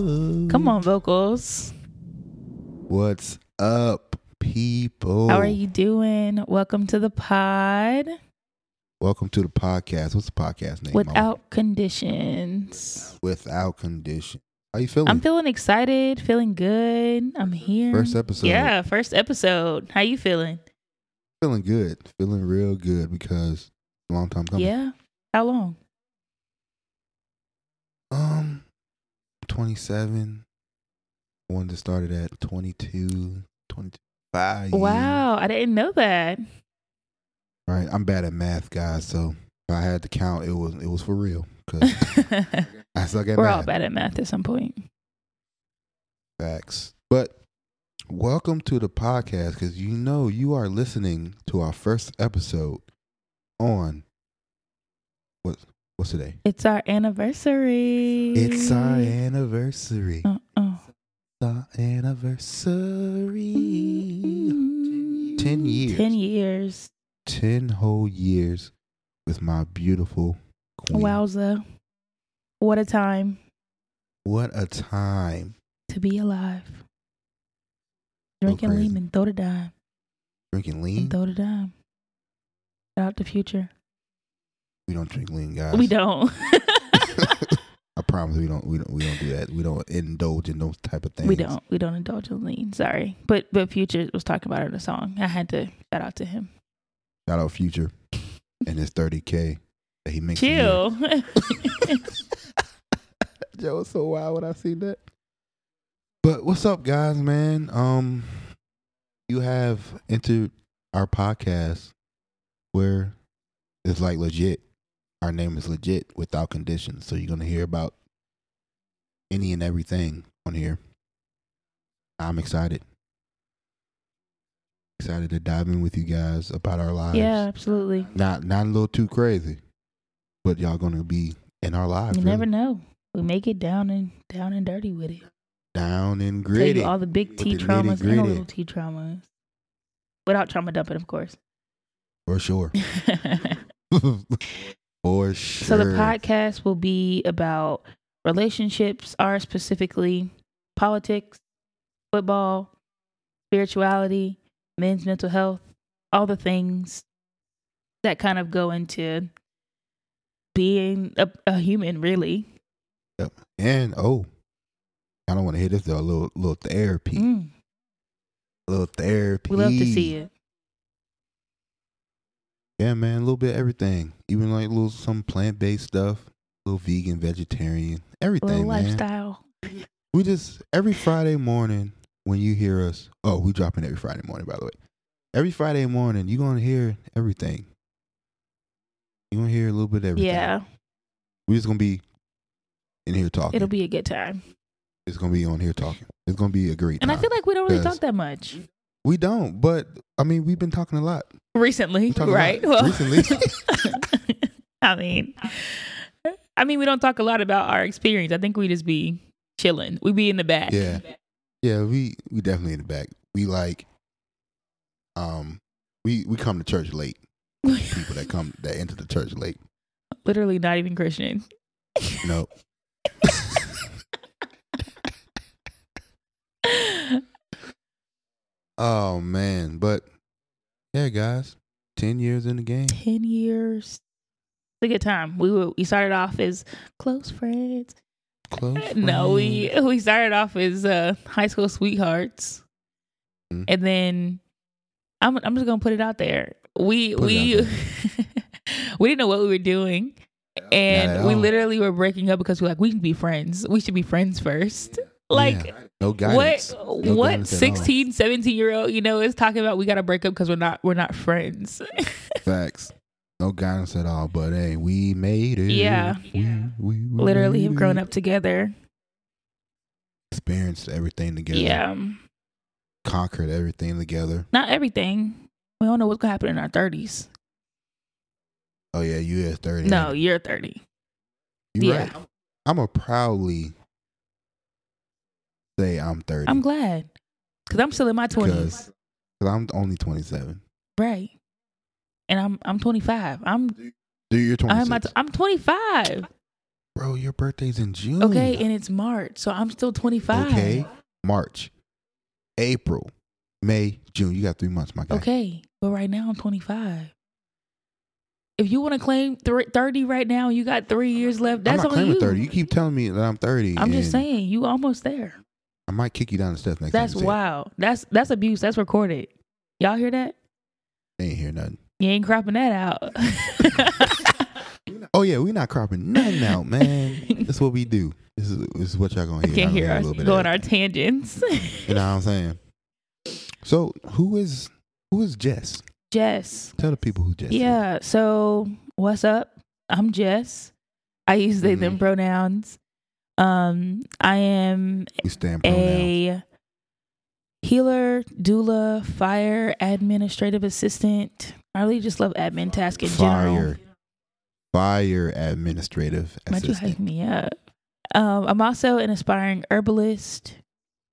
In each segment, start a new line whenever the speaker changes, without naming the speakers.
Come on, vocals.
What's up, people?
How are you doing? Welcome to the pod
Welcome to the podcast. What's the podcast name? Mama?
without conditions.
without condition. How you feeling?
I'm feeling excited, feeling good. I'm here.
First episode.
Yeah, first episode. How you feeling?
Feeling good. Feeling real good because a long time coming.
Yeah. How long?
Um, 27. I wanted to start it at 22, 22. Five years.
Wow, I didn't know that.
Right. I'm bad at math, guys. So if I had to count, it was it was for real. Cause I suck at
We're
math.
all bad at math at some point.
Facts. But welcome to the podcast because you know you are listening to our first episode on what what's today?
It's our anniversary.
It's our anniversary.
Uh, Mm. oh.
Our anniversary.
Ten
years.
Ten years.
Ten whole years with my beautiful queen.
Wowza. What a time
What a time.
to be alive. Drinking
crazy. Mm-hmm.
Lehman, throw the dime,
Drinking
and
lean.
throw the dime. Shout out the future.
We don't drink lean, guys.
We don't.
I promise we don't we don't we don't do that. We don't indulge in those type of things.
we don't. We don't indulge in lean. Sorry, but but future was talking about it in a song. I had to shout out to him.
Shout out Future and his 30K that he makes. a year.
Chill.
Yo, it's so wild when I see that. But what's up, guys, man? Um, you have entered our podcast where it's like legit. Our name is legit without conditions. So you're gonna hear about any and everything on here. I'm excited. Excited to dive in with you guys about our lives.
yeah, absolutely.
not not a little too crazy, but y'all gonna be in our lives.
You
really.
never know. We may get down and down and dirty with it.
down and
Tell
gritty.
you all the big T
the
traumas and the
nitty-gritty.
little T traumas, without trauma dumping, of course.
For sure. For sure.
So the podcast will be about relationships, ours specifically, politics, football, spirituality, men's mental health, all the things that kind of go into being a, a human, really.
And oh, I don't want to hear this though. A little little therapy.
Mm,
A little therapy.
we love to see it.
Yeah, man. A little bit of everything. Even like little some plant based stuff. A little vegan, vegetarian,
A
everything.
little
man.
lifestyle.
We just every Friday morning when you hear us. Oh, we dropping every Friday morning, by the way. Every Friday morning, you're gonna hear everything. You're gonna hear a little bit of everything.
Yeah,
We're just gonna be in here talking.
it'll be a good time.
it's gonna be on here talking. It's gonna be a great
And I
time.
feel like we don't really
Because-
talk that much
we don't, but I mean we've been talking a lot.
recently,
We've been talking a
right?
lot recently.
I mean, I mean, we don't talk a lot about our experience. I think we just be chilling. We be in the back.
Yeah. yeah, we we definitely in the back. We like um we we come to church late. People that come that enter the church late.
Literally not even Christian.
No. Oh man, but yeah, guys, ten years in the game.
Ten years. It's a good time. We were, we started off as close friends.
Close.
No, we
friends.
we started off as uh, high school sweethearts,
Mhm.
and then I'm I'm just gonna put it out there. We
Put
we
it
we didn't know what we were doing,
Not
and
at
we
all.
literally were breaking up because we're like we can be friends. We should be friends first. Like
no guidance.
what
No
what
guidance at all.
16 17 year old you know is talking about we gotta break up because we're not we're not friends
Facts. No guidance at all. But hey, we made it.
Yeah.
We, we, we
literally have
made
grown
it.
up together
Experienced everything together.
yeah.
Conquered everything together.
not everything we don't know what's gonna happen in our 30s
Oh yeah, you is thirty.
no you're 30
you
yeah.
right. I'm a proudly say I'm thirty.
i'm glad because i'm still in my 20s
because because I'm only twenty seven.
right and i'm i'm 25 i'm
Dude, you're twenty
i'm
six.
at- i'm 25
Bro, your birthday's in June.
Okay, and it's March, so I'm still 25.
Okay. March, April, May, June. You got three months, my guy.
Okay, but right now I'm 25. If you want to claim thr 30 right now, you got three years left.
I'm
That's
not
on
claiming
you.
30. You keep telling me that I'm 30.
I'm just
and
saying, you almost there.
I might kick you down the steps next
That's
time. you say it.
wild. That's that's abuse. That's recorded. Y'all hear that?
They ain't hear nothing.
You ain't cropping that out.
Oh yeah, we not cropping nothing out, man. That's what we do. This is, this is what y'all gonna
I
hear.
can't
Y'all gonna
hear
a
us
little bit
go
of
on our
everything.
tangents.
You know what I'm saying? So who is who is Jess?
Jess.
Tell the people who Jess. is.
Yeah. So what's up? I'm Jess. I use they them
Mhm.
pronouns. Um, I am
we stand pronouns.
a healer, doula, fire administrative assistant. I really just love admin task in general.
Fire, fire administrative
Why'd you hype
assistant.
me up? Um, I'm also an aspiring herbalist.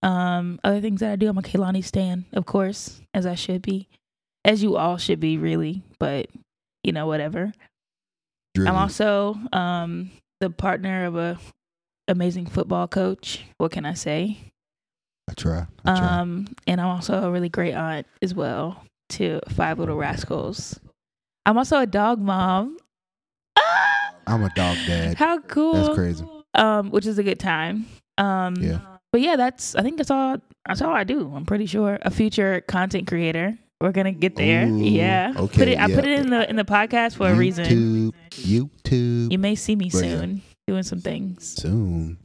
Um, other things that I do, I'm a Kailani stan, of course, as I should be, as you all should be, really. But you know, whatever.
Drew,
I'm also um, the partner of a amazing football coach. What can I say?
I try. I try.
Um, and I'm also a really great aunt as well to five little rascals. I'm also a dog mom. Ah!
I'm a dog dad.
How cool!
That's crazy.
Um, which is a good time. Um,
Yeah.
But yeah, that's I think that's all. That's all I do. I'm pretty sure a future content creator. We're gonna get there.
Ooh,
yeah.
okay,
Put it. I
yeah.
put it in the in the podcast for a reason.
YouTube, YouTube.
You may see me
But, yeah.
soon doing some things.
soon,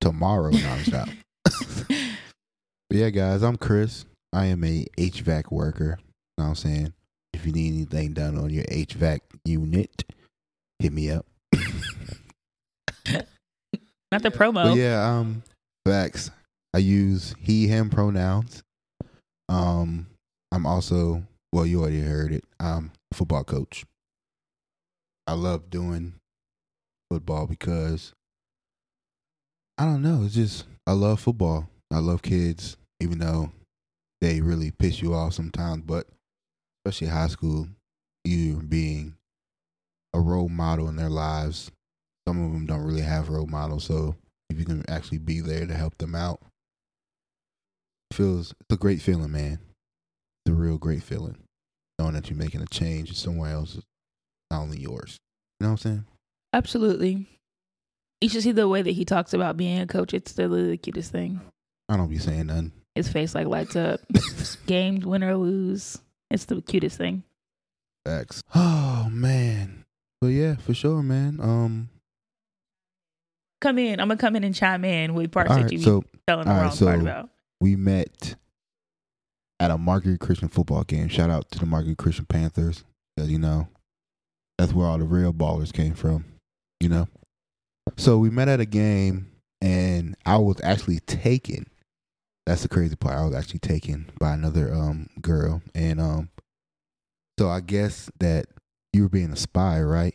tomorrow. No, I'm stop. But yeah, guys, I'm Chris. I am a HVAC worker. You know what I'm saying? If you need anything done on your HVAC unit, hit me up.
Not the
But
promo.
yeah, um, facts. I use he, him pronouns. Um, I'm also, well, you already heard it. I'm a football coach. I love doing football because I don't know. It's just, I love football. I love kids, even though they really piss you off sometimes, but especially high school, you being a role model in their lives. Some of them don't really have role models, so if you can actually be there to help them out feels it's a great feeling man it's a real great feeling knowing that you're making a change in someone else's not only yours you know what i'm saying
Absolutely. You should see the way that he talks about being a coach. It's the literally the cutest thing.
i don't be saying nothing
His face like lights up. Games, win or lose. It's the cutest thing.
facts oh man but yeah for sure man um
Come in. I'm gonna come in and chime in with parts
all
that
right,
you
so
be telling the
all right,
wrong part
so-
about.
we met at a Margaret Christian football game. Shout out to the Margaret Christian Panthers. 'cause, you know, that's where all the real ballers came from, you know? So we met at a game, and I was actually taken. That's the crazy part. I was actually taken by another um girl. And um so I guess that you were being a spy, right?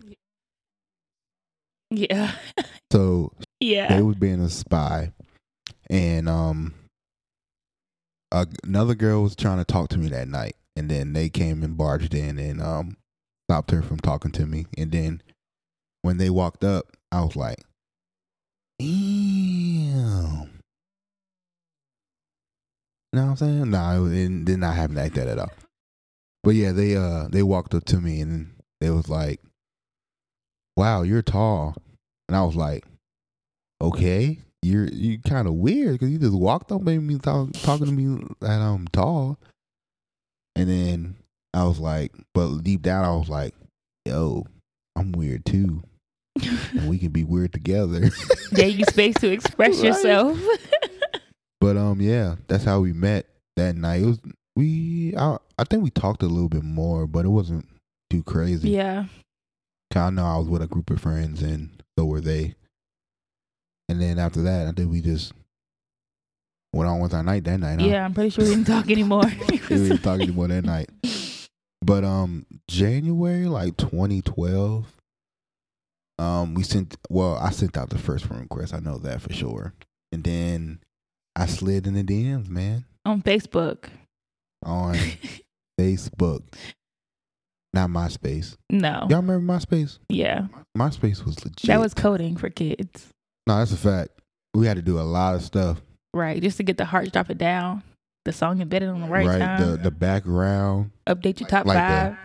Yeah.
So
yeah.
they was being a spy and um a, another girl was trying to talk to me that night and then they came and barged in and um stopped her from talking to me and then when they walked up i was like damn you know what i'm saying nah it, was, it did not happen like that at all but yeah they uh they walked up to me and they was like wow you're tall and i was like okay, you're you kind of weird because you just walked up and me talk, talking to me that I'm tall, and then I was like, but deep down I was like, yo, I'm weird too, and we can be weird together.
Gave you space to express
Right.
yourself.
but um, yeah, that's how we met that night. It was we I I think we talked a little bit more, but it wasn't too crazy.
yeah.
Cause I know I was with a group of friends, and so were they. And then after that, I think we just went on with our night that night. Huh?
Yeah. I'm pretty sure we didn't talk anymore. It
we
was
were talking about that night. But um, January like 2012, um, we sent. Well, I sent out the first friend request. I know that for sure. And then I slid in the DMs, man,
on Facebook.
on Facebook. Not MySpace.
No.
Y'all remember MySpace?
Yeah.
MySpace was legit.
Oh. That was coding for kids.
no, that's a fact. We had to do a lot of stuff.
Right. Just to get the hearts drop it down. The song embedded on the right, time.
The the background.
Update your top
Like
five.
that.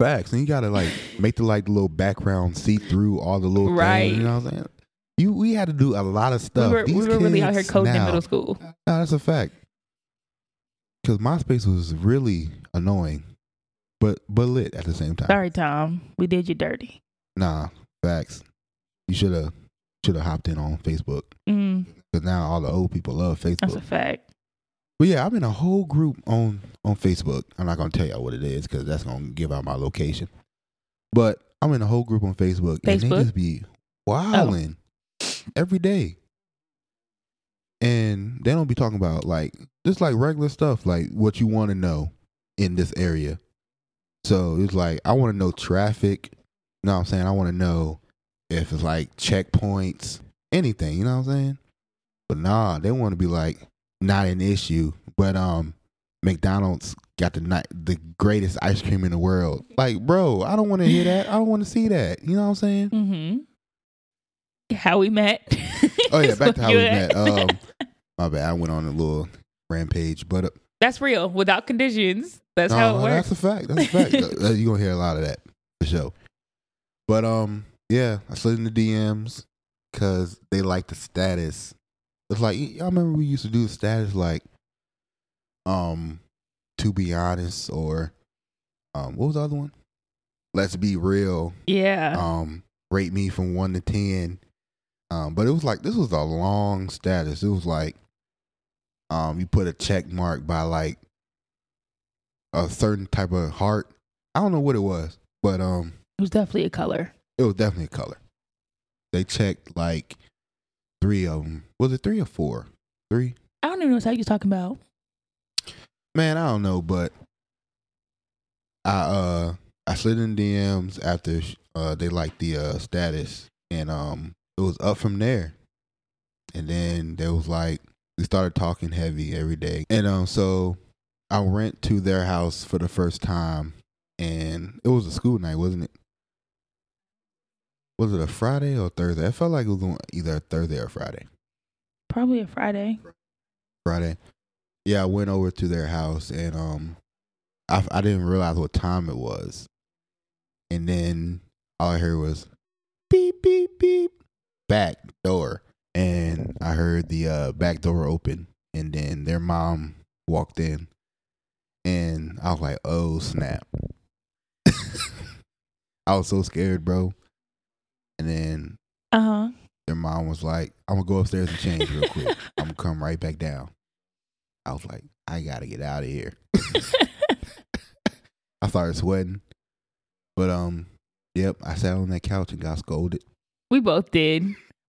Facts. And you gotta like make the like the little background see through all the little
Right.
things. You know what I'm saying? You we had to do a lot of
We
stuff.
were, we
These
were really out here
kids
coding in
now-
middle school.
No, that's a fact. Because MySpace was really annoying, but but lit at the same time.
Sorry, Tom. We did you dirty.
Nah, facts. You should have should have hopped in on Facebook
Mm,
because now all the old people love
that's
Facebook.
a fact.
But yeah, I'm in a whole group on on Facebook. I'm not gonna tell y'all what it is because that's gonna give out my location. But I'm in a whole group on Facebook, and they
Facebook?
just be wilding every day, and they don't be talking about like just like regular stuff, like what you want to know in this area. So it's like I want to know traffic. You know what I'm saying? I want to know if it's like checkpoints, anything. You know what I'm saying? But nah, they want to be like not an issue. But um, McDonald's got the ni- the greatest ice cream in the world. Like, bro, I don't want to hear that. I don't want to see that. You know what I'm saying?
hmm How we met.
Oh yeah,
Is
back to
what
how we
you
met.
at.
Um, my bad, I went on a little rampage, but uh,
that's real. Without conditions. That's how
no,
it
no,
works.
Uh-huh, That's a fact. That's a fact. uh, you gonna hear a lot of that for sure. But um, yeah, I slid in the DMs because they like the status. It's like y- y'all remember we used to do the status like, um, to be honest, or um, what was the other one? Let's be real.
yeah.
Um, rate me from one to ten. Um, but it was like this was a long status. It was like, um, you put a check mark by like a certain type of heart. I don't know what it was, but um,
it was definitely a color.
it was definitely a color. They checked like three of them. Was it three or four? Three?
I don't even know what side you're talking about.
Man, I don't know, but I uh I slid in DMs after uh they liked the uh status and um it was up from there. And then there was like we started talking heavy every day. And um so I went to their house for the first time and it was a school night, wasn't it? Was it a Friday or Thursday? I felt like it was on either a Thursday or Friday.
Probably a Friday.
Friday. Yeah, I went over to their house and um, I I didn't realize what time it was, and then all I heard was beep beep beep back door, and I heard the uh, back door open, and then their mom walked in, and I was like, oh snap! I was so scared, bro. And then
Uh huh.
their mom was like, I'm gonna go upstairs and change real quick. I'm gonna come right back down. I was like, I gotta get out of here. I started sweating. But um, yep, I sat on that couch and got scolded.
We both did.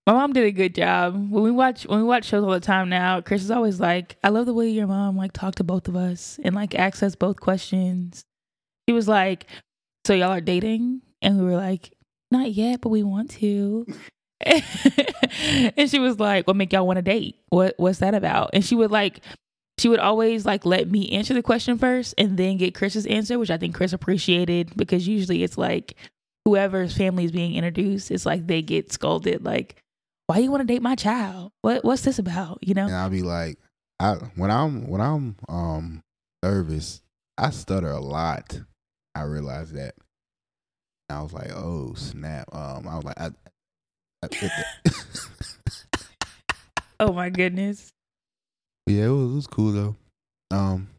My mom did a good job. When we watch when we watch shows all the time now, Chris is always like, "I love the way your mom like talked to both of us and like asked us both questions." She was like, "So y'all are dating?" And we were like, "Not yet, but we want to." and she was like, "What make y'all want to date? What what's that about?" And she would like she would always like let me answer the question first and then get Chris's answer, which I think Chris appreciated because usually it's like whoever's family is being introduced, it's like they get scolded, like, why you want to date my child? What what's this about? You know?
And I'll be like, I when I'm when I'm um nervous, I stutter a lot. I realized that. I was like, oh snap. Um I was like I, I
Oh my goodness.
Yeah, it was, it was cool though. Um,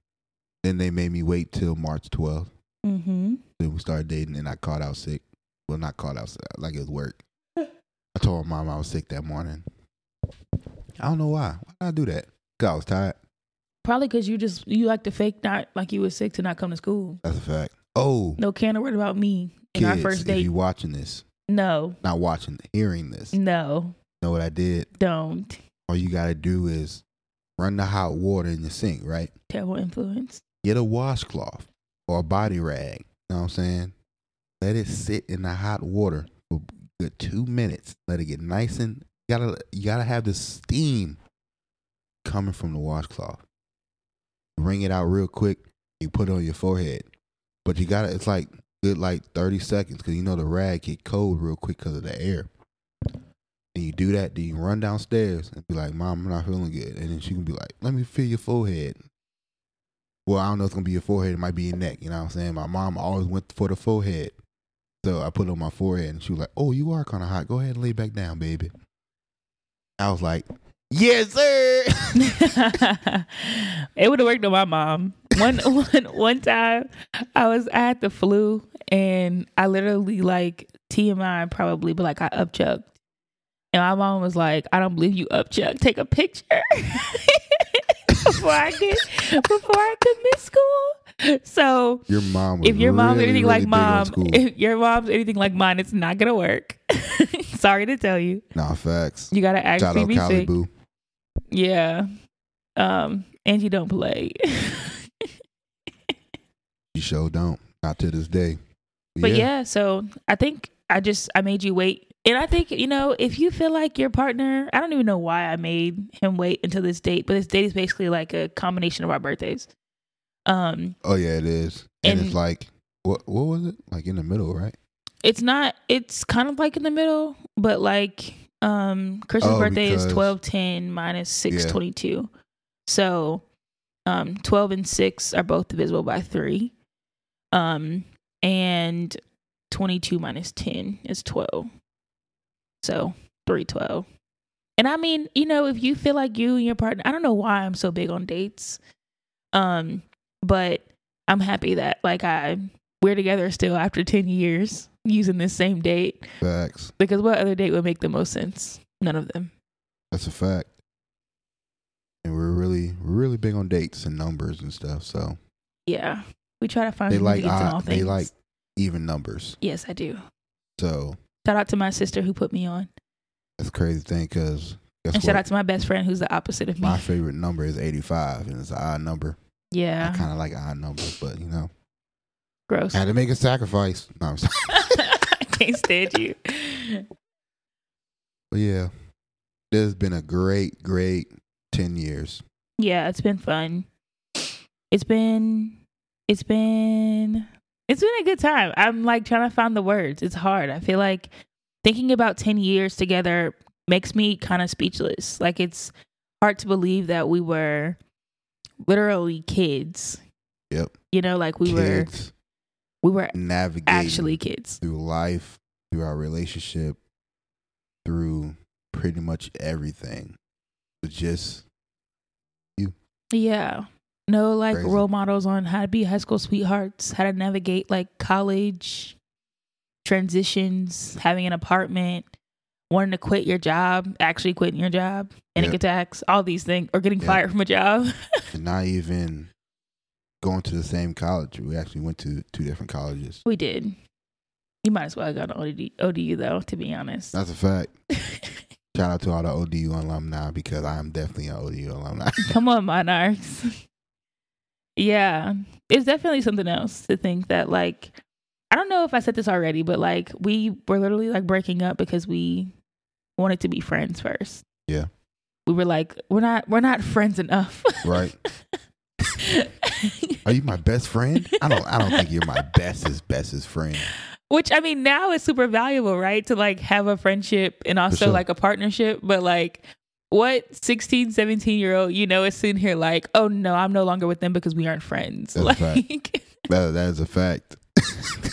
then they made me wait till March 12th.
Mm-hmm.
Then we started dating, and I called out sick. Well, not called out sick, like it was work. I told my mom I was sick that morning. I don't know why. Why did I do that? Cause I was tired.
Probably because you just you like to fake not like you were sick to not come to school.
That's a fact. Oh,
No can of word about me in
kids,
our first
if
date.
you watching this,
no,
not watching, hearing this, you
no,
know what I did?
don't.
All you gotta do is run the hot water in the sink, right?
Terrible influence.
get a washcloth or a body rag. You know what I'm saying? Let it sit in the hot water for a good two minutes. Let it get nice and you gotta you gotta have the steam coming from the washcloth. Wring it out real quick. You put it on your forehead. But you gotta, it's like good like 30 seconds because you know the rag get cold real quick because of the air. And you do that, then you run downstairs and be like, Mom, I'm not feeling good. And then she can be like, Let me feel your forehead. Well, I don't know if it's gonna be your forehead, it might be your neck. You know what I'm saying? My mom always went for the forehead. So I put it on my forehead and she was like, Oh, you are kinda hot. Go ahead and lay back down, baby. I was like, Yes, sir.
it would have worked on my mom. One one one time, I was I had the flu and I literally like TMI probably, but like I upchucked, and my mom was like, "I don't believe you upchucked. Take a picture before I get before I could miss school." So
your mom was
if your mom's
really,
anything
really
like
big on
mom,
school.
if your mom's anything like mine, it's not gonna work. Sorry to tell you,
Nah, facts.
you gotta
Shout
actually
out
be
Cali
sick.
Boo.
Yeah. Um, Angie don't play.
You sure don't. Not to this day.
but yeah. so I think I just I made you wait. And I think, you know, if you feel like your partner I don't even know why I made him wait until this date, but this date is basically like a combination of our birthdays. Um,
Oh yeah, it is. And,
And-
it's like what what was it? Like in the middle, right?
it's not it's kind of like in the middle, but like um Chris's
Oh,
birthday is
because-
twelve ten minus six twenty two. So um twelve and six are both divisible by three. Um and twenty two minus ten is twelve. So three twelve. And I mean, you know, if you feel like you and your partner I don't know why I'm so big on dates. Um, but I'm happy that like I we're together still after ten years using this same date.
Facts.
Because what other date would make the most sense? None of them.
That's a fact. And we're really we're really big on dates and numbers and stuff. So
Yeah. We try to find
They
they
like
like,
odd-
all
they
things.
like- even numbers.
Yes, I do.
So
Shout out to my sister who put me on.
that's a crazy thing because guess
And
what?
shout out to my best friend who's the opposite of me.
My favorite number is eighty five, and it's an odd number. I
yeah.
kind of like odd numbers, but you know,
Gross.
had to make a sacrifice. No, I'm sorry.
I can't stand you.
But yeah, there's been a great, great ten years.
Yeah, it's been fun. It's been it's been it's been a good time. I'm like trying to find the words. It's hard. I feel like thinking about 10 years together makes me kind of speechless. Like it's hard to believe that we were literally kids.
Yep.
You know, like we were
Kids
we were
navigating
actually kids.
through life, through our relationship, through pretty much everything. But just
Yeah. No like
Crazy.
role models on how to be high school sweethearts, how to navigate like college transitions, having an apartment, wanting to quit your job, actually quitting your job, panic
Yep.
attacks, all these things, or getting
Yep.
fired from a job.
and not even going to the same college. We actually went to two different colleges.
we did. You might as well have gone to ODD, ODU though, to be honest.
That's a fact. Shout out to all the ODU alumni because I am definitely an ODU alumni.
Come on, Monarchs. yeah. It's definitely something else to think that, like, I don't know if I said this already, but like, we were literally like breaking up because we wanted to be friends first.
Yeah.
We were like, we're not, we're not friends enough.
right? Are you my best friend? I don't. I don't think you're my bestest bestest friend.
Which I mean, now is super valuable, right? To like have a friendship and also
sure.
like a partnership. But like, what 16, 17 year old, you know, is sitting here like, oh no, I'm no longer with them because we aren't friends.
That's a
like,
fact. That, that is a fact.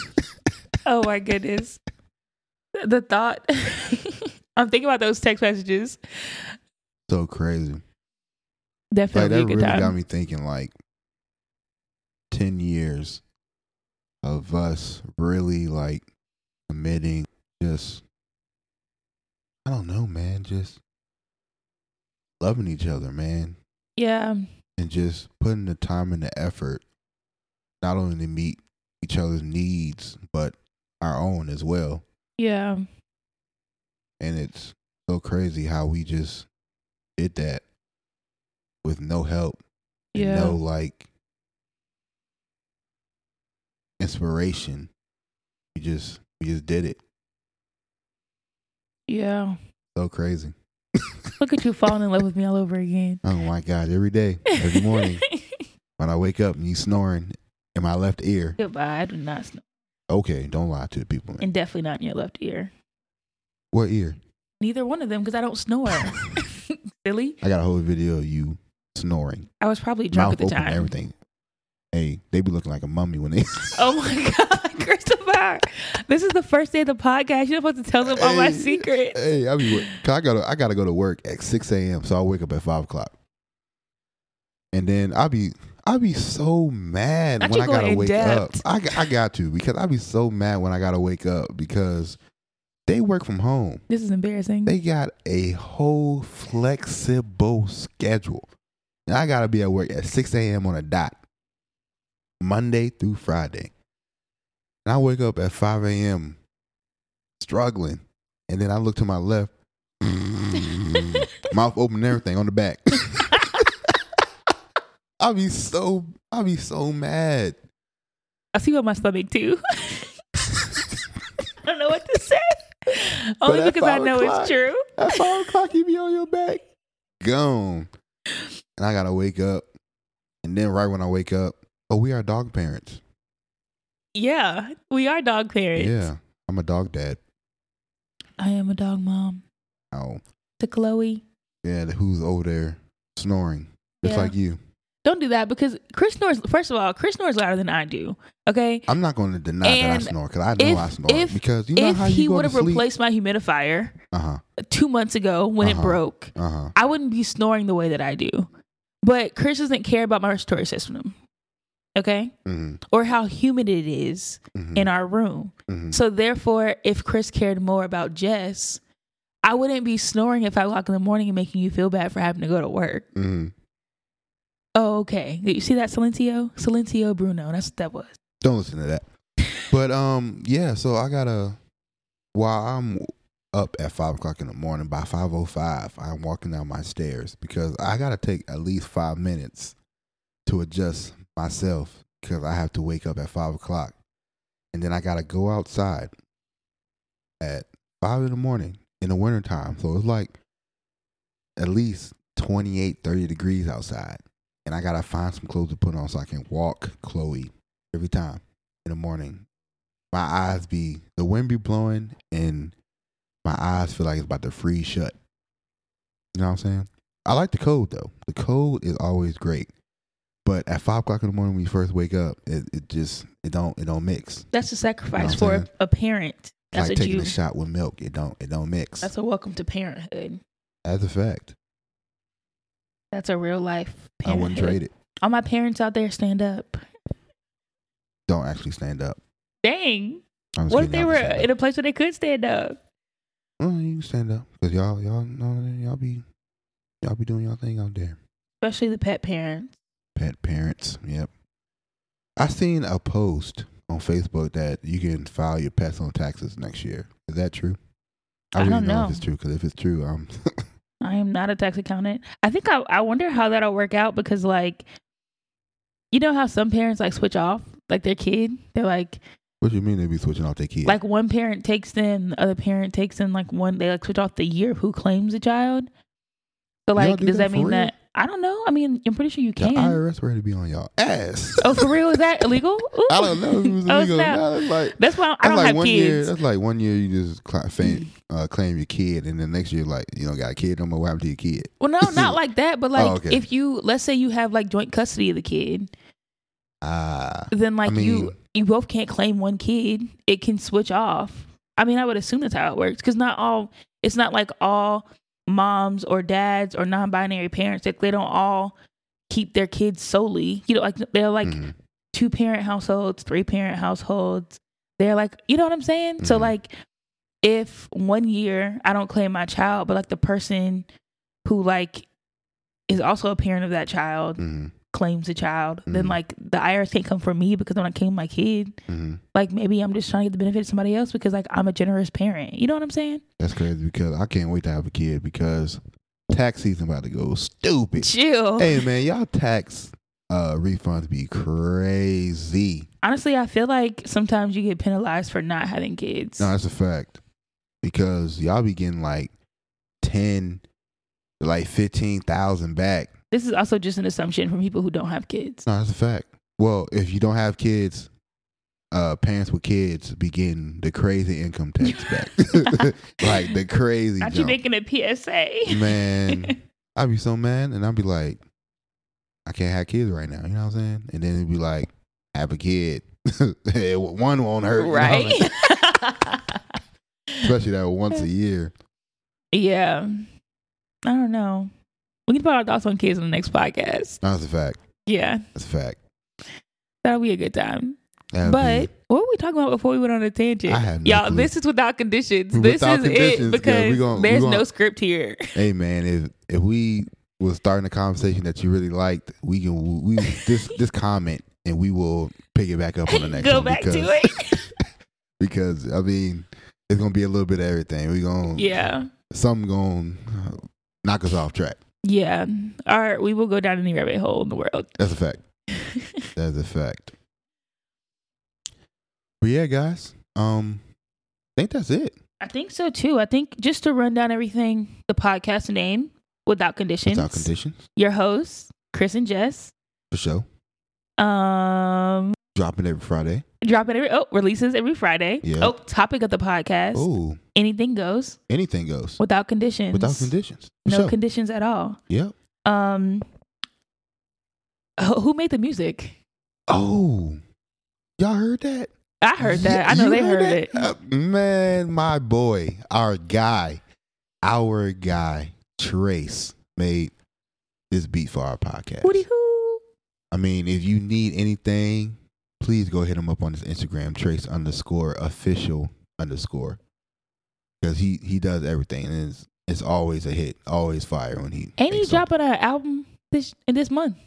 Oh my goodness. The thought. I'm thinking about those text messages.
So crazy. like
Definitely
that
a good
really
time.
got me thinking like 10 years of us really like committing just i don't know man just loving each other man
Yeah.
and just putting the time and the effort not only to meet each other's needs but our own as well
Yeah.
and it's so crazy how we just did that with no help and
Yeah.
no like inspiration. We just we just did it.
Yeah.
So crazy.
Look at you falling in love with me all over again.
Oh my god! Every day, every morning when I wake up and you snoring, in my left ear.
Goodbye. I do not snow.
Okay, don't lie to the people. Man.
And definitely not in your left ear.
What ear?
Neither one of them because I don't snore. Silly.
I got a whole video of you snoring,
I was probably drunk
mouth
at the
open,
time.
and everything. Hey, they be looking like a mummy when they.
Oh my God, Christopher. this is the first day of the podcast. You're supposed to tell them all my
Hey.
secrets.
Hey, I be. Cause I gotta. I gotta go to work at six a.m. So I wake up at five o'clock, and then I be. I be so mad
Not
when
you
I gotta
going
wake up.
in-depth.
I, g- I got to because I be so mad when I gotta wake up because they work from home.
This is embarrassing.
They got a whole flexible schedule. And I gotta be at work at six a.m. on a dot, Monday through Friday. And I wake up at five a.m. struggling, and then I look to my left, mouth open, and everything on the back. I be so I be so mad.
I see what my stomach too. I don't know what to say.
But
Only
at
because I
five
know
o'clock-
it's true.
At five o'clock, you be on your back. Gone. And I gotta wake up. And then right when I wake up, oh, we are dog parents.
Yeah, we are dog parents.
Yeah. I'm a dog dad.
I am a dog mom
Oh.
to Chloe.
Yeah, the who's over there snoring. Just
Yeah.
like you.
Don't do that because Chris snores. First of all, Chris snores louder than I do. Okay,
I'm not gonna deny
And
that I snore because I know
if-
I snore.
if-
because you know
if
how
he
you go
would
to
have
sleep.
replaced my humidifier
uh-huh.
two months ago when
Uh-huh.
it broke,
Uh-huh.
I wouldn't be snoring the way that I do. But Chris doesn't care about my respiratory system, okay,
hmm
or how humid it is
hmm
in our room.
hmm
So therefore, if Chris cared more about Jess, I wouldn't be snoring at five o'clock in the morning and making you feel bad for having to go to work.
hmm
Oh, okay. Did you see that Silencio? Silencio Bruno. That's what that was.
Don't listen to that. But um, yeah. So I gotta while I'm up at five o'clock in the morning by five o five, I'm walking down my stairs because I gotta take at least five minutes to adjust myself because I have to wake up at five o'clock, and then I gotta go outside at five in the morning in the wintertime. So it's like at least 28, 30 degrees outside. And I gotta find some clothes to put on so I can walk Chloe every time in the morning. My eyes be the wind be blowing and my eyes feel like it's about to freeze shut. You know what I'm saying? I like the cold though. The cold is always great. But at five o'clock in the morning when you first wake up, it, it just it don't it don't mix.
That's a sacrifice
You know what
for
I'm
a, a parent.
It's
That's
like
what
taking
you.
a shot with milk. It don't it don't mix.
That's a welcome to parenthood.
That's a fact.
That's a real life.
I wouldn't
parenthood.
trade it.
All my parents out there, stand up.
Don't actually stand up.
Dang.
I'm just
What if
kidding,
they were
y'all can
in a place where they could stand up?
stand up. Mm, you can stand up because y'all y'all know y'all be y'all be doing y'all thing out there.
Especially the pet parents.
Pet parents. Yep. I seen a post on Facebook that you can file your pets on taxes next year. Is that true?
I
really
don't
if
know.
it's true because if it's true, um,
I am not a tax accountant. I think I, I wonder how that'll work out because like you know how some parents like switch off like their kid? They're like
what you mean they be switching off their kids?
like one parent takes them, the other parent takes in like one they like switch off the year of who claims the child. So
Y'all
like
do
does
that
that,
for
mean
real?
that I don't know. I mean I'm pretty sure you
the
can.
IRS ready to be on y'all ass.
oh for real? Is that illegal? Ooh.
I don't know. If it was
Oh,
illegal.
snap.
Nah, it's like
That's why I
That's
don't
like
have
one year.
kids. Mm.
That's like one year you just cla fam, uh, claim your kid, and then next year like you don't got a kid no more. What happened to your kid?
Well no, not like that, but like
Oh, okay.
if you let's say you have like joint custody of the kid.
Ah,
then like
mean-
you you both can't claim one kid it can switch off i mean i would assume that's how it works because not all it's not like all moms or dads or non-binary parents like they don't all keep their kids solely you know like they're like
mhm.
two parent households three parent households they're like you know what i'm saying so
Mhm.
like if one year i don't claim my child but like the person who like is also a parent of that child
Mhm.
claims the child, then
Mhm.
like the IRS can't come for me because when I claim my kid,
Mhm.
like maybe I'm just trying to get the benefit of somebody else because like I'm a generous parent. You know what I'm saying?
that's crazy because I can't wait to have a kid because tax season about to go stupid.
Chill.
hey man, y'all tax uh, refunds be crazy.
Honestly, I feel like sometimes you get penalized for not having kids.
No, that's a fact because y'all be getting like ten, like fifteen thousand back.
This is also just an assumption from people who don't have kids.
No, that's a fact. Well, if you don't have kids, uh, parents with kids be getting the crazy income tax back, like the crazy.
Not you
jump.
making a PSA.
man, I'd be so mad, and I'd be like, I can't have kids right now. You know what I'm saying? And then it'd be like, have a kid. It- one won't hurt, you know what I'm
right?
saying? Especially that once a year.
yeah. I don't know. We can put our thoughts on kids on the next podcast.
That's a fact.
Yeah.
That's a fact.
That'll be a good time.
That'd
but
be-
what were we talking about before we went on a tangent?
I have no
Y'all,
clue.
this is without conditions.
Without
this is
conditions, 'cause
it
we
because
gon- we
there's
gon-
no script here.
Hey man, if if we was starting a conversation that you really liked, we can we this this comment and we will pick it back up on the next
Go
one
back
because,
to it.
because I mean it's gonna be a little bit of everything. We gonna
yeah.
some gonna knock us off track.
Yeah. All right. We will go down any rabbit hole in the world.
That's a fact. That's a fact. But yeah, guys, um, I think that's it.
I think so too. I think just to run down everything, the podcast name, Without Conditions.
Without conditions
Your hosts, Chris and Jess.
for sure.
Um
Dropping every Friday.
drop it every oh, releases every Friday.
Yeah.
Oh, topic of the podcast.
Oh,
Anything goes
anything goes
without conditions.
without conditions. For
No
sure.
conditions at all.
yep.
Um who who made the music?
Oh, y'all heard that?
I heard that. I know
You
they heard,
that?
it.
Uh, man, my boy, our guy, our guy, Trace made this beat for our podcast.
Woody hoo.
I mean, if you need anything, please go hit him up on his Instagram, Trace underscore official underscore, because he he does everything and it's it's always a hit, always fire when he.
Ain't he
makes something.
dropping an album this in this month?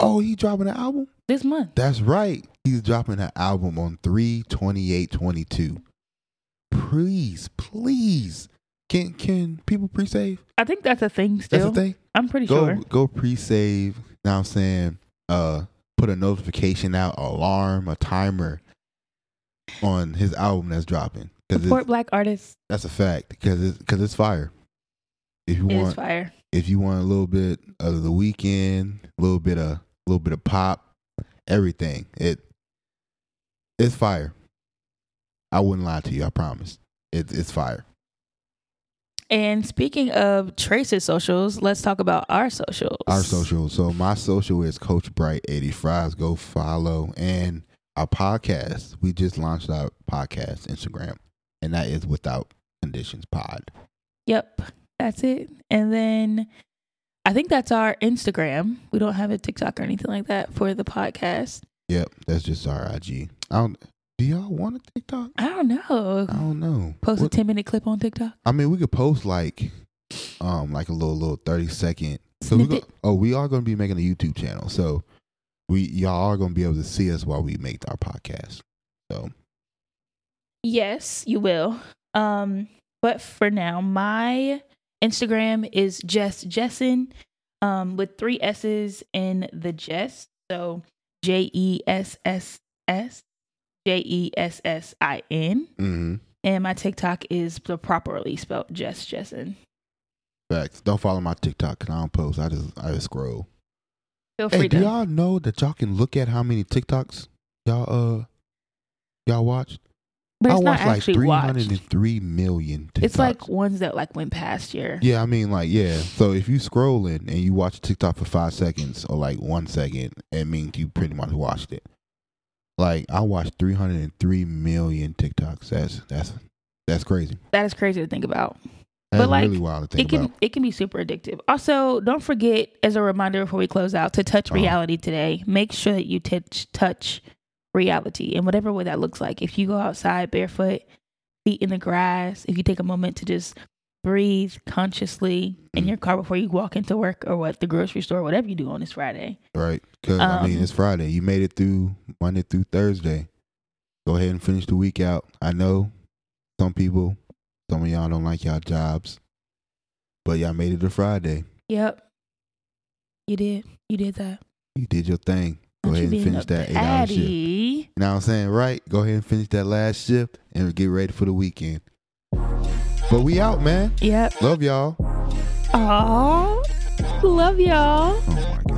Oh, he dropping an album.
This month.
That's right. He's dropping an album on 32822. Please, please. Can can people pre-save?
I think that's a thing
That's
still.
the thing.
I'm pretty
Go
sure.
go pre-save. Now I'm saying uh put a notification out, alarm, a timer on his album that's dropping cuz
Support black artists
that's a fact cuz it's cuz it's fire. If you
It is
want
fire.
if you want a little bit of the weekend, a little bit of a little bit of pop, everything. It it's fire. I wouldn't lie to you, I promise. It's it's fire.
And speaking of Trace's socials, let's talk about our socials.
Our social. So my social is Coach Bright 80 Fries. Go follow. And our podcast. We just launched our podcast Instagram. And that is without conditions pod.
Yep, that's it. And then I think that's our Instagram. We don't have a TikTok or anything like that for the podcast.
Yep. That's just our IG. I don't do y'all want a TikTok?
I don't know.
I don't know.
Post
What-
a ten minute clip on TikTok.
I mean, we could post like, um, like a little little thirty second. So we go,
Snippet.
oh, we are going to be making a YouTube channel, so we y'all are going to be able to see us while we make our podcast. So
Yes, you will. Um, but for now, my Instagram is Jess Jessen, um, with three S's in the Jess. So J E S S S J E S S I N.
mm-hmm.
And my TikTok is the properly spelled Jess Jessen.
facts. Don't follow my TikTok because I don't post. I just I just scroll.
Feel free
Hey, do
to.
y'all know that y'all can look at how many TikToks y'all uh y'all watched?
but
I
it's not
watched like
actually
three
watched.
hundred and three million. TikToks.
It's like ones that like went past your.
Yeah, I mean, like, yeah. So if you scrolling and you watch TikTok for five seconds or like one second, it means you pretty much watched it. Like, I watched three hundred and three million TikToks. That's that's that's crazy.
That is crazy to think about.
That's
But, like,
really wild to
it
think
can
about.
it can be super addictive. Also, don't forget as a reminder before we close out to touch
Uh-huh.
reality today. Make sure that you touch touch reality in whatever way that looks like. If you go outside barefoot, feet in the grass, if you take a moment to just breathe consciously in
Mm.
your car before you walk into work or what the grocery store, whatever you do on this Friday.
Right? Because I mean,
Um,
it's Friday. You made it through Monday through Thursday. Go ahead and finish the week out. I know some people, some of y'all don't like y'all jobs, but y'all made it to Friday.
Yep. You did. You did that.
You did your thing. Go ahead
Aren't you
and
being
finish
a
that eight-hour shift.
patty?
You know what I'm saying? Right? Go ahead and finish that last shift and get ready for the weekend. But we out, man. Oh
Yep.
Love y'all.
Aw. Love y'all.
Oh my God.